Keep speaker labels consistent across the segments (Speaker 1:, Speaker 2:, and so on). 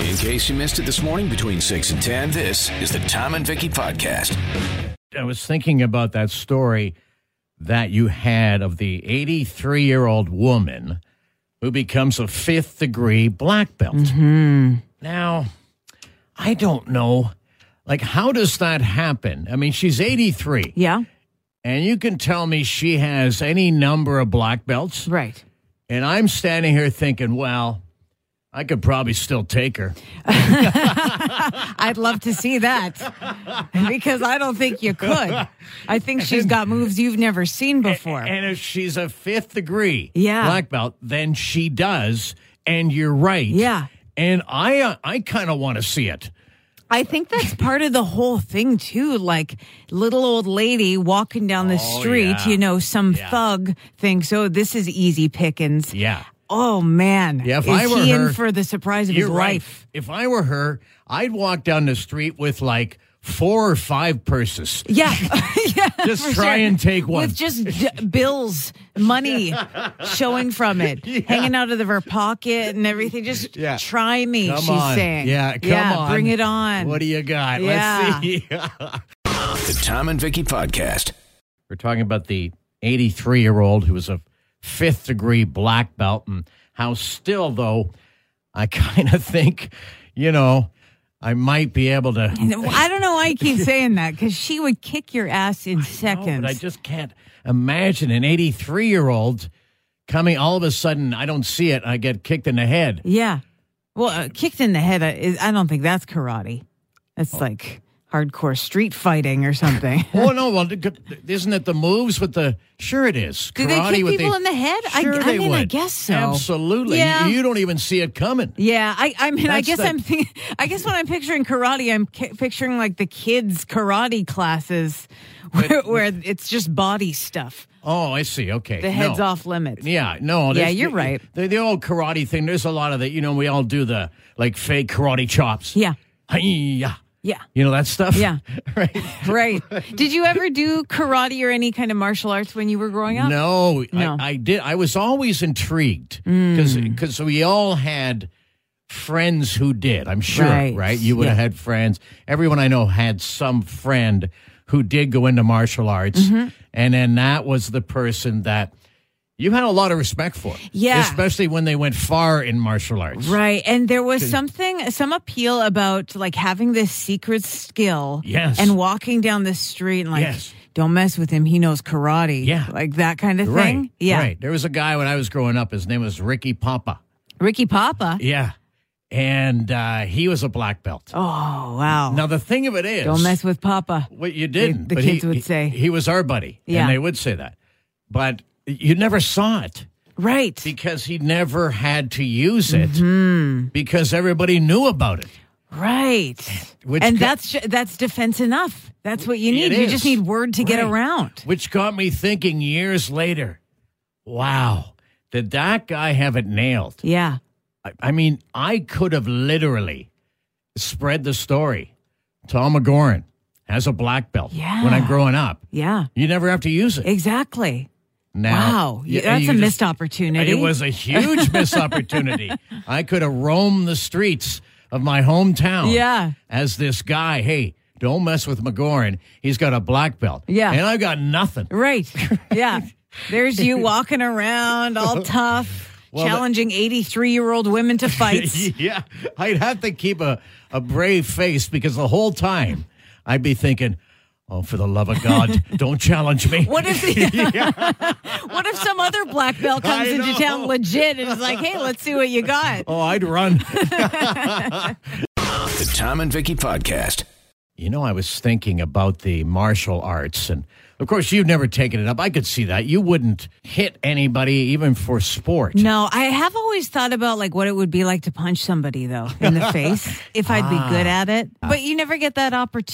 Speaker 1: In case you missed it this morning between 6 and 10, this is the Tom and Vicky Podcast.
Speaker 2: I was thinking about that story that you had of the 83 year old woman who becomes a fifth degree black belt. Now, I don't know. Like, how does that happen? I mean, she's 83,
Speaker 3: Yeah.
Speaker 2: and you can tell me she has any number of black belts.
Speaker 3: Right.
Speaker 2: And I'm standing here thinking, well, I could probably still take her.
Speaker 3: I'd love to see that because I don't think you could. I think she's got moves you've never seen before.
Speaker 2: And if she's a fifth degree
Speaker 3: Yeah.
Speaker 2: black belt, then she does. And you're right.
Speaker 3: Yeah.
Speaker 2: And I uh, I kind of want to see it.
Speaker 3: I think that's part of the whole thing too. Like little old lady walking down the
Speaker 2: Oh,
Speaker 3: street,
Speaker 2: yeah.
Speaker 3: you know, some
Speaker 2: Yeah.
Speaker 3: thug thinks, "Oh, this is easy pickings."
Speaker 2: Yeah.
Speaker 3: Oh man,
Speaker 2: Yeah, if
Speaker 3: is
Speaker 2: I were
Speaker 3: he
Speaker 2: her-
Speaker 3: in for the surprise of
Speaker 2: You're
Speaker 3: his
Speaker 2: right.
Speaker 3: life?
Speaker 2: If I were her, I'd walk down the street with like four or five purses.
Speaker 3: Yeah, yeah.
Speaker 2: Just
Speaker 3: for
Speaker 2: try
Speaker 3: sure.
Speaker 2: and take one.
Speaker 3: with just d- bills, money showing from it, hanging out of her pocket and everything. Just
Speaker 2: Yeah.
Speaker 3: try me.
Speaker 2: Come
Speaker 3: she's
Speaker 2: on.
Speaker 3: saying.
Speaker 2: Yeah, come on.
Speaker 3: bring it on.
Speaker 2: What do you got?
Speaker 3: Yeah.
Speaker 2: Let's see.
Speaker 1: The Tom and Vicky Podcast.
Speaker 2: We're talking about the 83 year old who was a fifth degree black belt, and how still, though, I kind of think, you know, I might be able to.
Speaker 3: I don't know why I keep saying that because she would kick your ass in
Speaker 2: No,
Speaker 3: seconds.
Speaker 2: but I just can't imagine an 83 year old coming all of a sudden. I don't see it. I get kicked in the head.
Speaker 3: yeah. Well, uh, kicked in the head. Uh, is, I don't think that's karate. That's like hardcore street fighting or something.
Speaker 2: oh no! Well, isn't it the moves with the? Sure, it is.
Speaker 3: Do they
Speaker 2: Karate
Speaker 3: kick
Speaker 2: with
Speaker 3: people in the head? I-
Speaker 2: Sure
Speaker 3: I
Speaker 2: they
Speaker 3: mean, I
Speaker 2: would.
Speaker 3: guess so.
Speaker 2: Absolutely.
Speaker 3: Yeah.
Speaker 2: You don't even see it coming.
Speaker 3: Yeah, I, I mean, I
Speaker 2: That's
Speaker 3: guess
Speaker 2: the-
Speaker 3: I'm thinking, I guess when I'm picturing karate, I'm ki picturing like the kids' karate classes where, where it's just body stuff.
Speaker 2: Oh, I see. Okay.
Speaker 3: The head's
Speaker 2: No.
Speaker 3: off limits.
Speaker 2: Yeah, no. there's-
Speaker 3: you're right.
Speaker 2: The, the old karate thing, there's a lot of that. You know, we all do the like fake karate chops.
Speaker 3: Yeah.
Speaker 2: Hi-ya.
Speaker 3: Yeah.
Speaker 2: You know that stuff?
Speaker 3: Yeah.
Speaker 2: right.
Speaker 3: Right. Did you ever do karate or any kind of martial arts when you were growing up?
Speaker 2: No,
Speaker 3: No. Mm.
Speaker 2: I, I did. I was always intrigued because we all had friends who did. I'm sure, right?
Speaker 3: Right.
Speaker 2: You would have
Speaker 3: Yeah.
Speaker 2: had friends. Everyone I know had some friend who did go into martial arts,
Speaker 3: Mm-hmm.
Speaker 2: and then that was the person that you had a lot of respect for.
Speaker 3: Yeah.
Speaker 2: especially when they went far in martial arts.
Speaker 3: Right. And there was something, some appeal about like having this secret skill
Speaker 2: Yes.
Speaker 3: and walking down the street and like,
Speaker 2: Yes.
Speaker 3: don't mess with him. He knows karate.
Speaker 2: Yeah.
Speaker 3: Like that kind of
Speaker 2: Right.
Speaker 3: thing. Yeah.
Speaker 2: Right. There was a guy when I was growing up. His name was Ricky Papa.
Speaker 3: Ricky Papa.
Speaker 2: Yeah. And uh, he was a black belt.
Speaker 3: Oh, wow.
Speaker 2: Now, the thing of it is,
Speaker 3: Don't mess with Papa.
Speaker 2: what you didn't.
Speaker 3: the
Speaker 2: but
Speaker 3: kids
Speaker 2: he,
Speaker 3: would
Speaker 2: he-
Speaker 3: say.
Speaker 2: He was our buddy.
Speaker 3: Yeah.
Speaker 2: And they would say that. But you never saw it
Speaker 3: Right.
Speaker 2: because he never had to use it
Speaker 3: Mm-hmm.
Speaker 2: because everybody knew about it.
Speaker 3: Right.
Speaker 2: Which
Speaker 3: and
Speaker 2: co-
Speaker 3: that's ju- that's defense enough. That's what you
Speaker 2: It
Speaker 3: need. You
Speaker 2: is.
Speaker 3: just need word to get
Speaker 2: Right.
Speaker 3: around.
Speaker 2: Which got me thinking years later wow, did that guy have it nailed?
Speaker 3: Yeah.
Speaker 2: I, I mean, I could have literally spread the story. Tom McGoran has a black belt
Speaker 3: Yeah.
Speaker 2: when I'm growing up.
Speaker 3: Yeah.
Speaker 2: You never have to use it.
Speaker 3: Exactly.
Speaker 2: Now,
Speaker 3: wow.
Speaker 2: you-
Speaker 3: that's
Speaker 2: you
Speaker 3: a
Speaker 2: just-
Speaker 3: missed opportunity.
Speaker 2: It was a huge missed opportunity. I could have roamed the streets of my hometown.
Speaker 3: Yeah.
Speaker 2: As this guy, hey, don't mess with McGoran. He's got a black belt.
Speaker 3: Yeah.
Speaker 2: And I've got nothing.
Speaker 3: Right. Yeah. There's you walking around all tough, challenging 83 year old women to fights.
Speaker 2: yeah. I'd have to keep a, a brave face because the whole time I'd be thinking, oh, for the love of God, don't challenge me.
Speaker 3: What if the, what if some other black belt
Speaker 2: I
Speaker 3: comes into
Speaker 2: know.
Speaker 3: town legit and is like, hey, let's see what you got?
Speaker 2: Oh, I'd run.
Speaker 1: The Tom and Vicky Podcast.
Speaker 2: You know, I was thinking about the martial arts, and of course, you've never taken it up. I could see that. You wouldn't hit anybody, even for sport.
Speaker 3: No, I have always thought about like what it would be like to punch somebody though in the face if I'd be good at it.
Speaker 2: Ah.
Speaker 3: But you never get that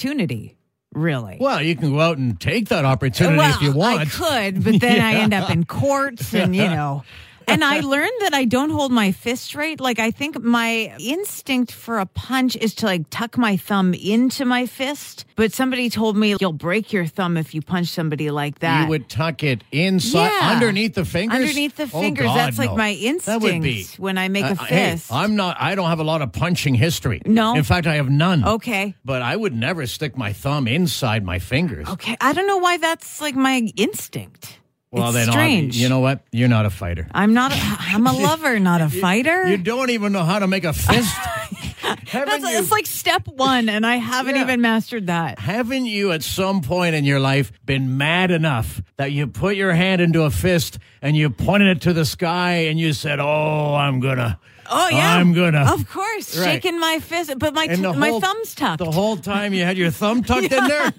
Speaker 3: opportunity, really.
Speaker 2: Well, you can go out and take that opportunity
Speaker 3: Well,
Speaker 2: if you want.
Speaker 3: I could, but then I end up in courts and you know and I learned that I don't hold my fist straight. Like I think my instinct for a punch is to like tuck my thumb into my fist. But somebody told me you'll break your thumb if you punch somebody like that.
Speaker 2: You would tuck it inside,
Speaker 3: Yeah.
Speaker 2: underneath the fingers. Oh,
Speaker 3: Underneath the fingers. That's like my
Speaker 2: That would be
Speaker 3: instinct when I make a
Speaker 2: Uh, hey,
Speaker 3: fist.
Speaker 2: I'm not. I don't have a lot of punching history.
Speaker 3: No?
Speaker 2: in fact, I have none.
Speaker 3: Okay.
Speaker 2: but I would never stick my thumb inside my fingers.
Speaker 3: okay, I don't know why that's like my instinct.
Speaker 2: Well,
Speaker 3: it's
Speaker 2: then ob-
Speaker 3: strange.
Speaker 2: you know what? You're not a fighter.
Speaker 3: I'm not. A, I'm a lover, not a fighter.
Speaker 2: You don't even know how to make a fist. haven't,
Speaker 3: That's,
Speaker 2: you,
Speaker 3: it's like step one, and I haven't
Speaker 2: Yeah.
Speaker 3: even mastered that.
Speaker 2: haven't you at some point in your life been mad enough that you put your hand into a fist and you pointed it to the sky and you said, "Oh, I'm gonna."
Speaker 3: Oh yeah,
Speaker 2: I'm gonna.
Speaker 3: Of course,
Speaker 2: Right.
Speaker 3: shaking my fist, but my
Speaker 2: And the
Speaker 3: my
Speaker 2: whole-
Speaker 3: thumbs tucked.
Speaker 2: The whole time you had your thumb tucked in there.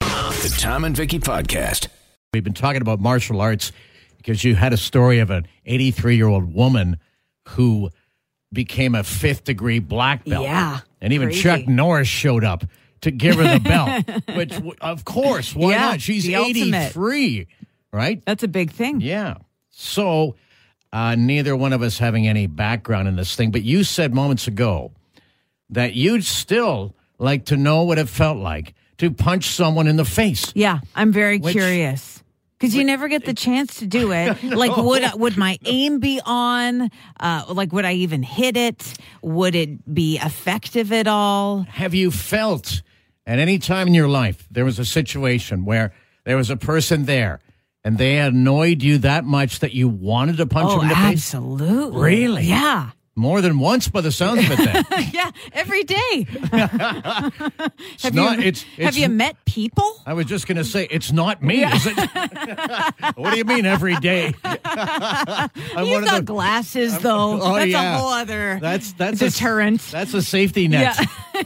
Speaker 1: The Tom and Vicky Podcast.
Speaker 2: We've been talking about martial arts because you had a story of an 83 year old woman who became a fifth degree black belt.
Speaker 3: Yeah,
Speaker 2: And even
Speaker 3: crazy.
Speaker 2: Chuck Norris showed up to give her the belt, which, w- of course, why
Speaker 3: Yeah,
Speaker 2: not? She's
Speaker 3: the ultimate.
Speaker 2: 83, right?
Speaker 3: That's a big thing.
Speaker 2: Yeah. So, uh, neither one of us having any background in this thing, but you said moments ago that you'd still like to know what it felt like to punch someone in the face.
Speaker 3: Yeah, I'm very
Speaker 2: Which-
Speaker 3: curious because you never get the chance to do it. Like, would would my aim be on? Uh, like, would I even hit it? Would it be effective at all?
Speaker 2: Have you felt at any time in your life there was a situation where there was a person there and they annoyed you that much that you wanted to punch
Speaker 3: Oh,
Speaker 2: them in the face?
Speaker 3: absolutely.
Speaker 2: Really?
Speaker 3: Yeah.
Speaker 2: More than once by the sounds of it then.
Speaker 3: Yeah, every day.
Speaker 2: It's not, it's,
Speaker 3: Have
Speaker 2: it's-
Speaker 3: you met people?
Speaker 2: I was just going to say, it's not me, is it? what do you mean every day? I'm
Speaker 3: You've
Speaker 2: one of
Speaker 3: got
Speaker 2: the-
Speaker 3: glasses, though.
Speaker 2: Oh,
Speaker 3: that's
Speaker 2: yeah.
Speaker 3: a whole other
Speaker 2: That's that's a-
Speaker 3: deterrent.
Speaker 2: that's a safety net.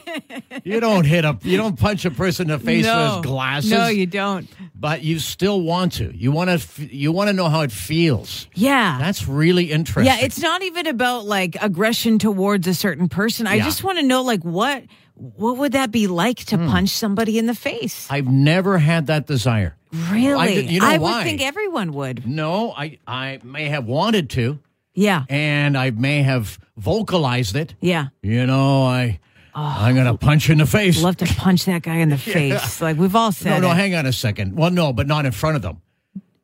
Speaker 2: you don't hit a you don't punch a person in the face
Speaker 3: no.
Speaker 2: with his glasses.
Speaker 3: No, you don't.
Speaker 2: but you still want to. You want to f- you want to know how it feels.
Speaker 3: Yeah.
Speaker 2: That's really interesting.
Speaker 3: Yeah, it's not even about like aggression towards a certain person. I
Speaker 2: Yeah.
Speaker 3: just want to know like what what would that be like
Speaker 2: Hmm.
Speaker 3: to punch somebody in the face?
Speaker 2: I've never had that desire.
Speaker 3: really?
Speaker 2: did- you know
Speaker 3: I
Speaker 2: why?
Speaker 3: would think everyone would.
Speaker 2: No, I I may have wanted to
Speaker 3: Yeah.
Speaker 2: and I may have vocalized it.
Speaker 3: Yeah.
Speaker 2: You know, I I'm
Speaker 3: Oh,
Speaker 2: going to punch you in the face.
Speaker 3: Love to punch that guy in the face. Like we've all
Speaker 2: no,
Speaker 3: said.
Speaker 2: no,
Speaker 3: it.
Speaker 2: hang on a second. Well, no, but not in front of them.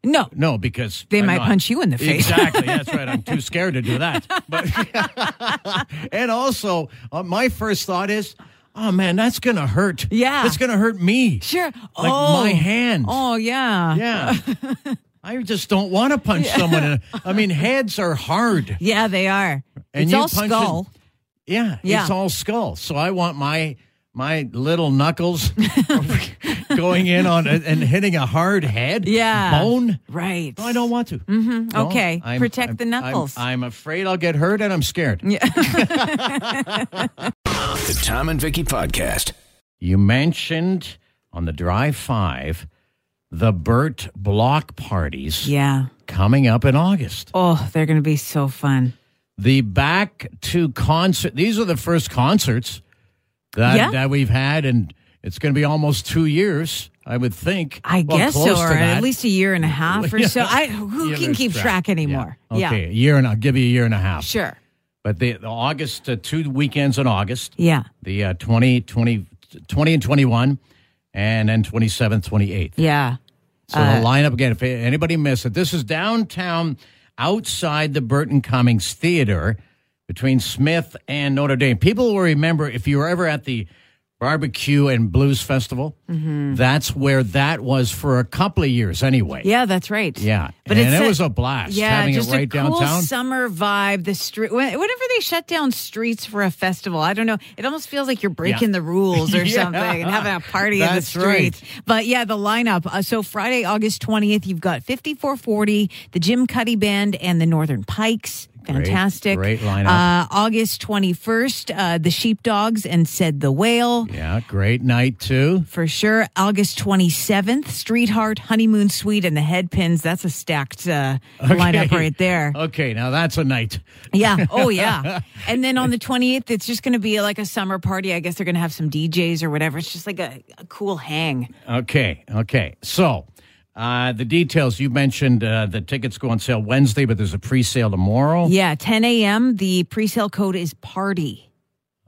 Speaker 3: no.
Speaker 2: No, because
Speaker 3: They
Speaker 2: I'm
Speaker 3: might
Speaker 2: not-
Speaker 3: punch you in the face.
Speaker 2: Exactly. That's right. I'm too scared to do that. But and also, uh, my first thought is, oh man, that's gonna hurt.
Speaker 3: Yeah.
Speaker 2: that's gonna hurt me.
Speaker 3: Sure.
Speaker 2: Like
Speaker 3: oh.
Speaker 2: my hand.
Speaker 3: Oh yeah.
Speaker 2: Yeah. I just don't want to punch someone. In, I mean, heads are hard.
Speaker 3: Yeah, they are.
Speaker 2: And
Speaker 3: it's
Speaker 2: you
Speaker 3: all
Speaker 2: punch it-
Speaker 3: skull.
Speaker 2: Yeah,
Speaker 3: Yeah.
Speaker 2: it's all skull. So I want my my little knuckles going in on it and hitting a hard head.
Speaker 3: Yeah.
Speaker 2: bone.
Speaker 3: Right.
Speaker 2: No, I don't want to. Mm-hmm.
Speaker 3: Okay. Protect the knuckles.
Speaker 2: I'm, afraid I'll get hurt and I'm scared.
Speaker 1: The Tom and Vicky Podcast.
Speaker 2: You mentioned on the Drive Five the Burt Block parties
Speaker 3: Yeah.
Speaker 2: coming up in August.
Speaker 3: Oh, they're going to be so fun.
Speaker 2: The back to concert. These are the first concerts that,
Speaker 3: Yeah.
Speaker 2: that we've had, and it's going to be almost two years, I would think.
Speaker 3: I
Speaker 2: Well,
Speaker 3: guess so,
Speaker 2: close
Speaker 3: or
Speaker 2: to that.
Speaker 3: at least a year and a half or so. I who
Speaker 2: You
Speaker 3: can
Speaker 2: lose
Speaker 3: keep track, anymore?
Speaker 2: Yeah.
Speaker 3: Yeah.
Speaker 2: Okay, a year and I'll give you a year and a half.
Speaker 3: Sure.
Speaker 2: But the, the August, uh, two weekends in August.
Speaker 3: Yeah.
Speaker 2: the uh, 20, 20, 20 and 21, and then 27th, 28th.
Speaker 3: Yeah.
Speaker 2: So
Speaker 3: Uh,
Speaker 2: the lineup again, if anybody missed it, this is downtown outside the Burton Cummings Theater between Smith and Notre Dame. People will remember if you were ever at the Barbecue and Blues Festival, that's where that was for a couple of years anyway.
Speaker 3: Mm-hmm. Yeah, that's right.
Speaker 2: Yeah.
Speaker 3: But
Speaker 2: and
Speaker 3: it's
Speaker 2: it
Speaker 3: a-
Speaker 2: was a blast
Speaker 3: Yeah,
Speaker 2: having
Speaker 3: just
Speaker 2: it right
Speaker 3: a cool
Speaker 2: downtown.
Speaker 3: summer vibe. The street, whenever they shut down streets for a festival, I don't know. It almost feels like you're breaking the rules or
Speaker 2: Yeah.
Speaker 3: something and having a party in the
Speaker 2: That's right.
Speaker 3: streets. But yeah, the lineup. Uh, so Friday, August twentieth, you've got fifty four forty, the Jim Cuddy Band, and the Northern Pikes. Fantastic,
Speaker 2: great lineup.
Speaker 3: Uh, August twenty first, uh, the Sheepdogs and said the Whale.
Speaker 2: yeah, great night too.
Speaker 3: For sure. August 27th, Street Heart, Honeymoon Suite, and the Headpins. That's a stacked uh, lineup
Speaker 2: Okay.
Speaker 3: right there.
Speaker 2: Okay, now that's a night.
Speaker 3: Yeah. Oh, yeah. and then on the 28th, it's just going to be like a summer party. I guess they're going to have some DJs or whatever. It's just like a, a cool hang.
Speaker 2: Okay, okay. So Uh, the details you mentioned uh, the tickets go on sale Wednesday, but there's a pre sale tomorrow.
Speaker 3: Yeah, 10 a.m. The pre-sale code is party,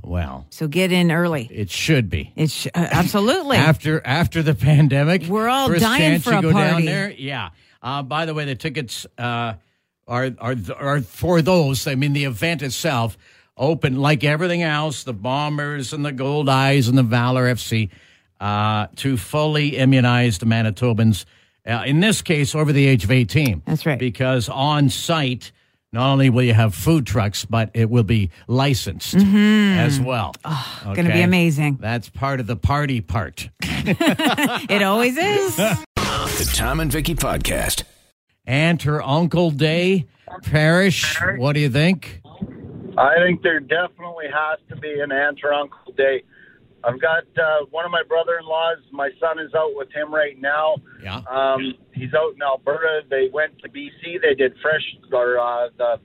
Speaker 2: Well,
Speaker 3: so get in early.
Speaker 2: it should be.
Speaker 3: It's uh, absolutely
Speaker 2: After after the pandemic,
Speaker 3: We're all
Speaker 2: first
Speaker 3: dying
Speaker 2: chance
Speaker 3: for
Speaker 2: you
Speaker 3: a
Speaker 2: go down
Speaker 3: party.
Speaker 2: there. Yeah. Uh, by the way, the tickets uh, are are are for those. I mean, the event itself open like everything else. The Bombers and the Gold Eyes and the Valor FC uh, to fully immunized Manitobans. Uh, in this case, over the age of eighteen.
Speaker 3: That's right.
Speaker 2: Because on site. Not only will you have food trucks, but it will be licensed as well.
Speaker 3: going to Mm-hmm. be
Speaker 2: Okay?
Speaker 3: amazing.
Speaker 2: That's part of the party part.
Speaker 3: It always is.
Speaker 1: The Tom and Vicky Podcast.
Speaker 2: Aunt or Uncle Day, Parish, what do you think?
Speaker 4: I think there definitely has to be an aunt or uncle day. I've got uh, one of my brother-in-laws. My son is out with him right now.
Speaker 2: Yeah.
Speaker 4: Um, he's out in Alberta. They went to BC. They did fresh or uh, the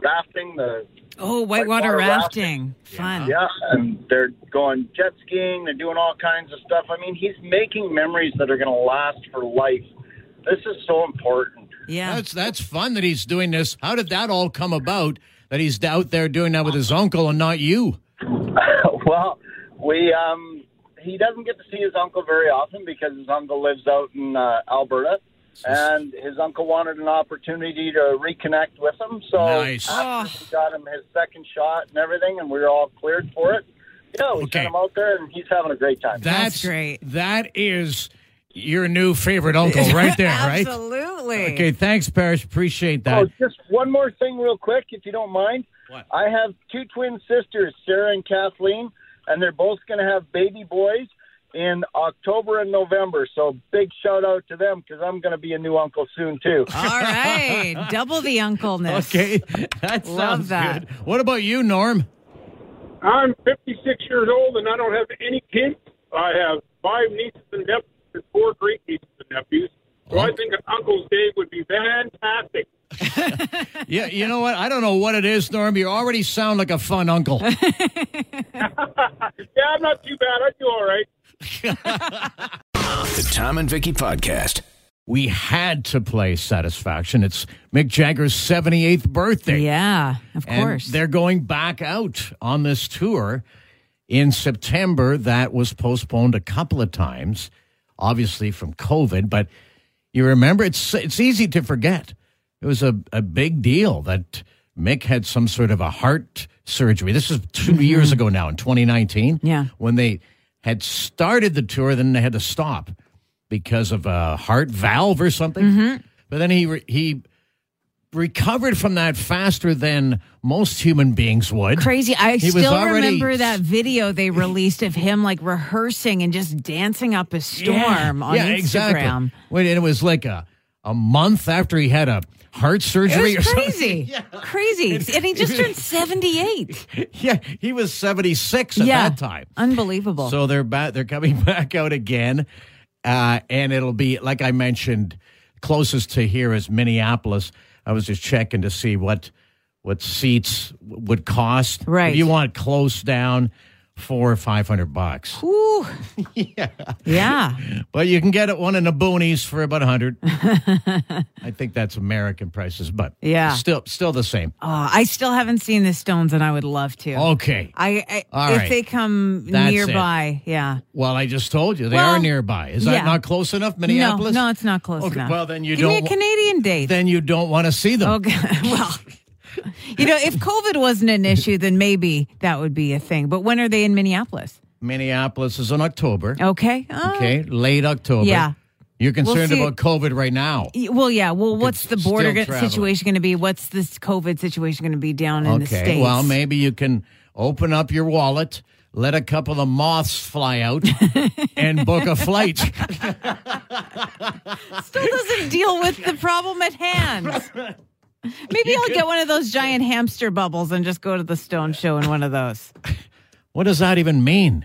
Speaker 4: rafting. The
Speaker 3: Oh, whitewater
Speaker 4: Whitewater
Speaker 3: rafting. Fun.
Speaker 4: yeah, and they're going jet skiing. They're doing all kinds of stuff. I mean, he's making memories that are going to last for life. This is so important.
Speaker 3: Yeah.
Speaker 2: That's that's fun that he's doing this. How did that all come about that he's out there doing that with his uncle and not you?
Speaker 4: well, we um, he doesn't get to see his uncle very often because his uncle lives out in uh, Alberta, and his uncle wanted an opportunity to reconnect with him. So
Speaker 2: Nice. Ah.
Speaker 4: after we got him his second shot and everything, and we were all cleared for it. Yeah, we
Speaker 2: Okay.
Speaker 4: sent him out there, and he's having a great time.
Speaker 3: That's great.
Speaker 2: That is your new favorite uncle right there, right?
Speaker 3: Absolutely.
Speaker 2: Okay, thanks, Parish. Appreciate that.
Speaker 4: Oh, just one more thing, real quick, if you don't mind.
Speaker 2: What?
Speaker 4: I have two twin sisters, Sarah and Kathleen, and they're both going to have baby boys in October and November. So big shout out to them because I'm going to be a new uncle soon too.
Speaker 3: All right. Double the uncleness.
Speaker 2: Okay, that sounds
Speaker 3: Love that.
Speaker 2: good. What about you, Norm?
Speaker 5: I'm 56 years old and I don't have any kids. I have five nieces and nephews and four great nieces and nephews. So I think an Uncle's Day would be fantastic.
Speaker 2: Yeah, you know what? I don't know what it is, Norm. You already sound like a fun uncle.
Speaker 5: Yeah, I'm not too bad. I do all right.
Speaker 1: The Tom and Vicky Podcast.
Speaker 2: we had to play Satisfaction. It's Mick Jagger's 78th birthday.
Speaker 3: Yeah, of
Speaker 2: And
Speaker 3: course.
Speaker 2: They're going back out on this tour in September that was postponed a couple of times, obviously from COVID, but you remember it's it's easy to forget. It was a, a big deal that Mick had some sort of a heart surgery. This is 2 years ago now in 2019.
Speaker 3: Mm-hmm. Yeah.
Speaker 2: When they had started the tour, then they had to stop because of a heart valve or something.
Speaker 3: Mm-hmm.
Speaker 2: But then he re- he recovered from that faster than most human beings would.
Speaker 3: Crazy. I
Speaker 2: He was
Speaker 3: still
Speaker 2: already-
Speaker 3: remember that video they released of him like rehearsing and just dancing up a storm on
Speaker 2: yeah,
Speaker 3: Instagram.
Speaker 2: exactly. When it was like a a month after he had a heart surgery
Speaker 3: It was
Speaker 2: or
Speaker 3: crazy. Crazy. And he just turned 78.
Speaker 2: something. Yeah, he was 76 at
Speaker 3: yeah.
Speaker 2: that time.
Speaker 3: Unbelievable.
Speaker 2: So they're back. They're coming back out again, uh, and it'll be like I mentioned. Closest to here is Minneapolis. I was just checking to see what what seats w- would cost.
Speaker 3: Right.
Speaker 2: If you want close down, four or five hundred bucks.
Speaker 3: Ooh. yeah.
Speaker 2: But you can get it one in the boonies for about a hundred. I think that's American prices, but
Speaker 3: Yeah.
Speaker 2: still still the same.
Speaker 3: Uh, I still haven't seen the Stones, and I would love to.
Speaker 2: Okay.
Speaker 3: I, I
Speaker 2: Oh. All
Speaker 3: if
Speaker 2: right.
Speaker 3: they come
Speaker 2: That's it.
Speaker 3: nearby, yeah.
Speaker 2: Well, I just told you they
Speaker 3: Well,
Speaker 2: are nearby. Is
Speaker 3: yeah.
Speaker 2: that not close enough, Minneapolis?
Speaker 3: No, no, it's not close
Speaker 2: Okay,
Speaker 3: enough.
Speaker 2: well, then you
Speaker 3: Give
Speaker 2: don't
Speaker 3: me
Speaker 2: wa-
Speaker 3: a Canadian date.
Speaker 2: Then you don't want to see them.
Speaker 3: okay. well, you know, if COVID wasn't an issue, then maybe that would be a thing. But when are they in Minneapolis?
Speaker 2: Minneapolis is in October.
Speaker 3: Okay. Uh,
Speaker 2: Okay, late October.
Speaker 3: Yeah.
Speaker 2: You're concerned
Speaker 3: see-
Speaker 2: about COVID right now.
Speaker 3: y- Well, yeah. Well, what's the
Speaker 2: still
Speaker 3: border go-
Speaker 2: travel.
Speaker 3: situation going to be? What's this COVID situation going to be down in the
Speaker 2: Okay.
Speaker 3: states?
Speaker 2: Well, maybe you can open up your wallet, let a couple of moths fly out, and book a flight.
Speaker 3: still doesn't deal with the problem at hand. Maybe I'll get one of those giant hamster bubbles and just go to the Stone Show in one of those.
Speaker 2: What does that even mean?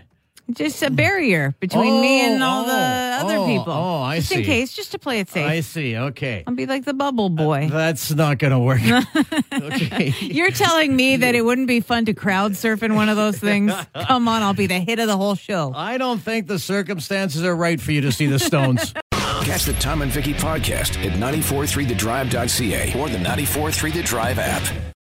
Speaker 3: Just a barrier between me and all the
Speaker 2: Oh,
Speaker 3: other
Speaker 2: oh,
Speaker 3: people.
Speaker 2: oh, I
Speaker 3: just in
Speaker 2: see.
Speaker 3: case, just to play it safe.
Speaker 2: I Uh,
Speaker 3: I,
Speaker 2: see. Okay.
Speaker 3: will be like the bubble boy.
Speaker 2: That's not going to work. okay.
Speaker 3: You're telling me that it wouldn't be fun to crowd surf in one of those things? Come on, I'll be the hit of the whole show.
Speaker 2: I don't think the circumstances are right for you to see the Stones.
Speaker 1: Catch the Tom and Vicky podcast at 943thedrive.ca or the 943 The Drive app.